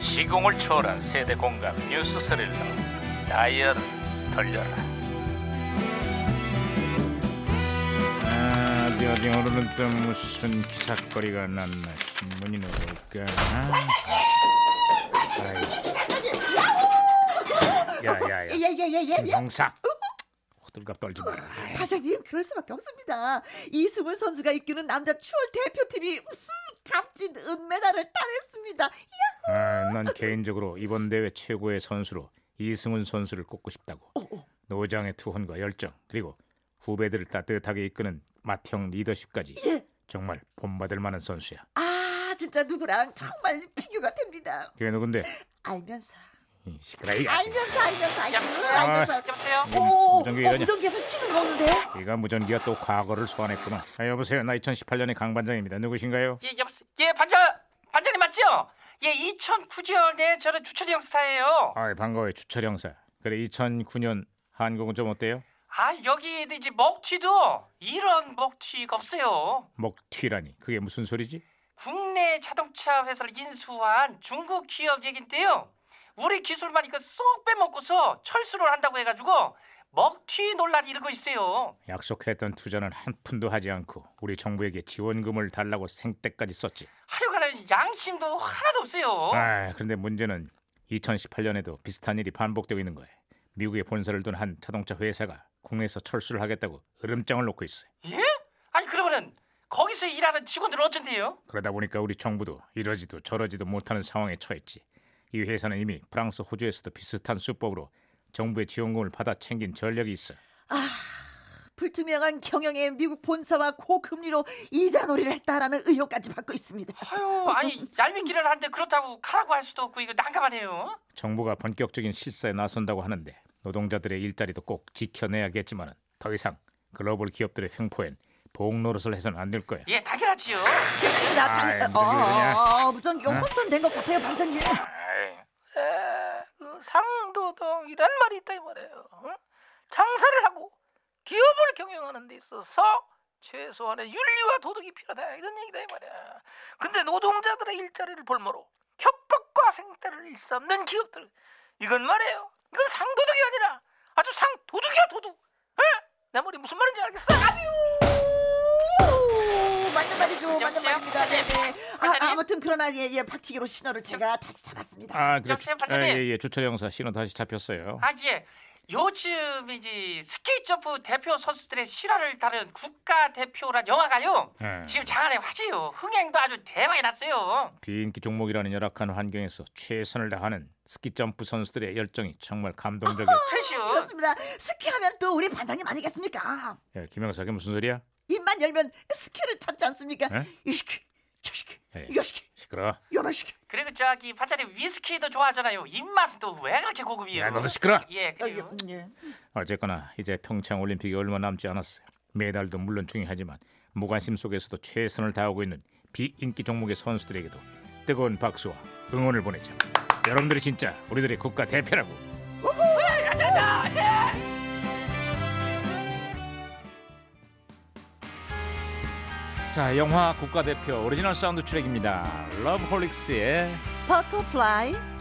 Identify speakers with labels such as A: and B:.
A: 시공을 초월한 세대 공감 뉴스 스릴러 다이얼을 돌려라 아, 어디 어디 오늘은 또 무슨 기사거리가 났나 신문이 나올까 야야야
B: 예예예예예.
A: 김형사 호들갑 떨지 마라 아이,
B: 과장님 그럴 수밖에 없습니다. 이승훈 선수가 이끄는 남자 추월 대표팀이 음, 값진 은메달을 따냈습니다. 야호!
A: 아, 난 개인적으로 이번 대회 최고의 선수로 이승훈 선수를 꼽고 싶다고. 노장의 투혼과 열정 그리고 후배들을 따뜻하게 이끄는 맏형 리더십까지
B: 예.
A: 정말 본받을 만한 선수야.
B: 아 진짜 누구랑 정말 비교가 됩니다.
A: 그게 누군데?
B: 알면서
A: 이 시끄러이가.
B: 알면서 알면서 알면서
C: 야.
A: 아,
B: 알면서.
C: 여보세요?
B: 오,
A: 무전기 음, 이러냐?
B: 무전기에서 신호가 오는데?
A: 이가 무전기가 또 과거를 소환했구나. 아, 여보세요. 나 2018년의 강 반장입니다. 누구신가요?
C: 예, 여보세요? 예, 반장, 반장님 맞죠? 예, 2009년에 저는 주철이 형사예요.
A: 아, 반가워요. 주철 형사. 그래 2009년 한국은 좀 어때요?
C: 아, 여기 이제 먹튀도 이런 먹튀가 없어요.
A: 먹튀라니. 그게 무슨 소리지?
C: 국내 자동차 회사를 인수한 중국 기업 얘긴데요. 우리 기술만 이거 쏙 빼먹고서 철수를 한다고 해가지고 먹튀 논란이 일고 있어요.
A: 약속했던 투자는 한 푼도 하지 않고 우리 정부에게 지원금을 달라고 생떼까지 썼지.
C: 하여간에 양심도 하나도 없어요.
A: 아, 그런데 문제는 2018년에도 비슷한 일이 반복되고 있는 거예요. 미국에 본사를 둔 한 자동차 회사가 국내에서 철수를 하겠다고 으름장을 놓고 있어요.
C: 예? 아니 그러면은 거기서 일하는 직원들은 어쩐대요?
A: 그러다 보니까 우리 정부도 이러지도 저러지도 못하는 상황에 처했지. 이 회사는 이미 프랑스, 호주에서도 비슷한 수법으로 정부의 지원금을 받아 챙긴 전력이 있어.
B: 불투명한 경영에 미국 본사와 고금리로 이자놀이를 했다라는 의혹까지 받고 있습니다.
C: 아유, 아니 얄밉기는 한데 그렇다고 가라고 할 수도 없고 이거 난감하네요.
A: 정부가 본격적인 실사에 나선다고 하는데 노동자들의 일자리도 꼭 지켜내야겠지만 더 이상 글로벌 기업들의 횡포엔 복노릇을 해서는 안 될 거야.
C: 예, 당연하지요.
B: 그렇습니다.
A: 아이,
B: 당연-
A: 무전기 그냥.
B: 아, 아,
A: 어?
B: 무전기가 혼선된 것 같아요, 반장님.
D: 그 상도동이란 말이 있다 이 말이에요. 응? 장사를 하고 기업을 경영하는 데 있어서 최소한의 윤리와 도덕이 필요하다 이런 얘기다 이 말이야. 근데 노동자들의 일자리를 볼모로 협박과 생태를 일삼는 기업들 이건 말이에요. 이건 상도덕이 아니라 아주 상도둑이야 도둑. 응? 내 말이 무슨 말인지 알겠어?
B: 오, 맞는 말이죠. 맞는
C: 네, 여보세요?
B: 말입니다. 네네. 아,
C: 반장님? 네.
B: 아무튼 그러나 예, 예, 박치기로 신호를 제가 다시 잡았습니다.
A: 아, 그래.
C: 역시
A: 아,
C: 반장님.
A: 예, 예. 주철 형사 신호 다시 잡혔어요.
C: 아, 예. 요즘 이제 스케이트점프 대표 선수들의 실화를 다룬 국가 대표란 영화가요.
A: 예.
C: 지금 장안의 화제요. 흥행도 아주 대박이 났어요.
A: 비인기 종목이라는 열악한 환경에서 최선을 다하는 스키 점프 선수들의 열정이 정말 감동적이었죠.
C: 그렇죠.
B: 그렇습니다. 스키하면 또 우리 반장님 아니겠습니까?
A: 야, 예, 김영사 그게 무슨 소리야?
B: 입만 열면 스키를 찾지 않습니까?
A: 예?
B: 이 스키, 저 스키,
A: 예.
B: 이 스키,
A: 시끄러.
B: 요런 스키.
C: 그리고 저기 반찬이 위스키도 좋아하잖아요. 입맛은 또 왜 그렇게 고급이에요?
A: 야, 너도 시끄러. 아,
C: 예,
B: 어, 예,
C: 그래요.
B: 음, 예.
A: 어쨌거나 이제 평창 올림픽이 얼마 남지 않았어요. 메달도 물론 중요하지만 무관심 속에서도 최선을 다하고 있는 비인기 종목의 선수들에게도 뜨거운 박수와 응원을 보내자. 여러분들이 진짜 우리들의 국가 대표라고. 자, 영화 국가대표 오리지널 사운드 트랙입니다. 러브홀릭스의
B: Butterfly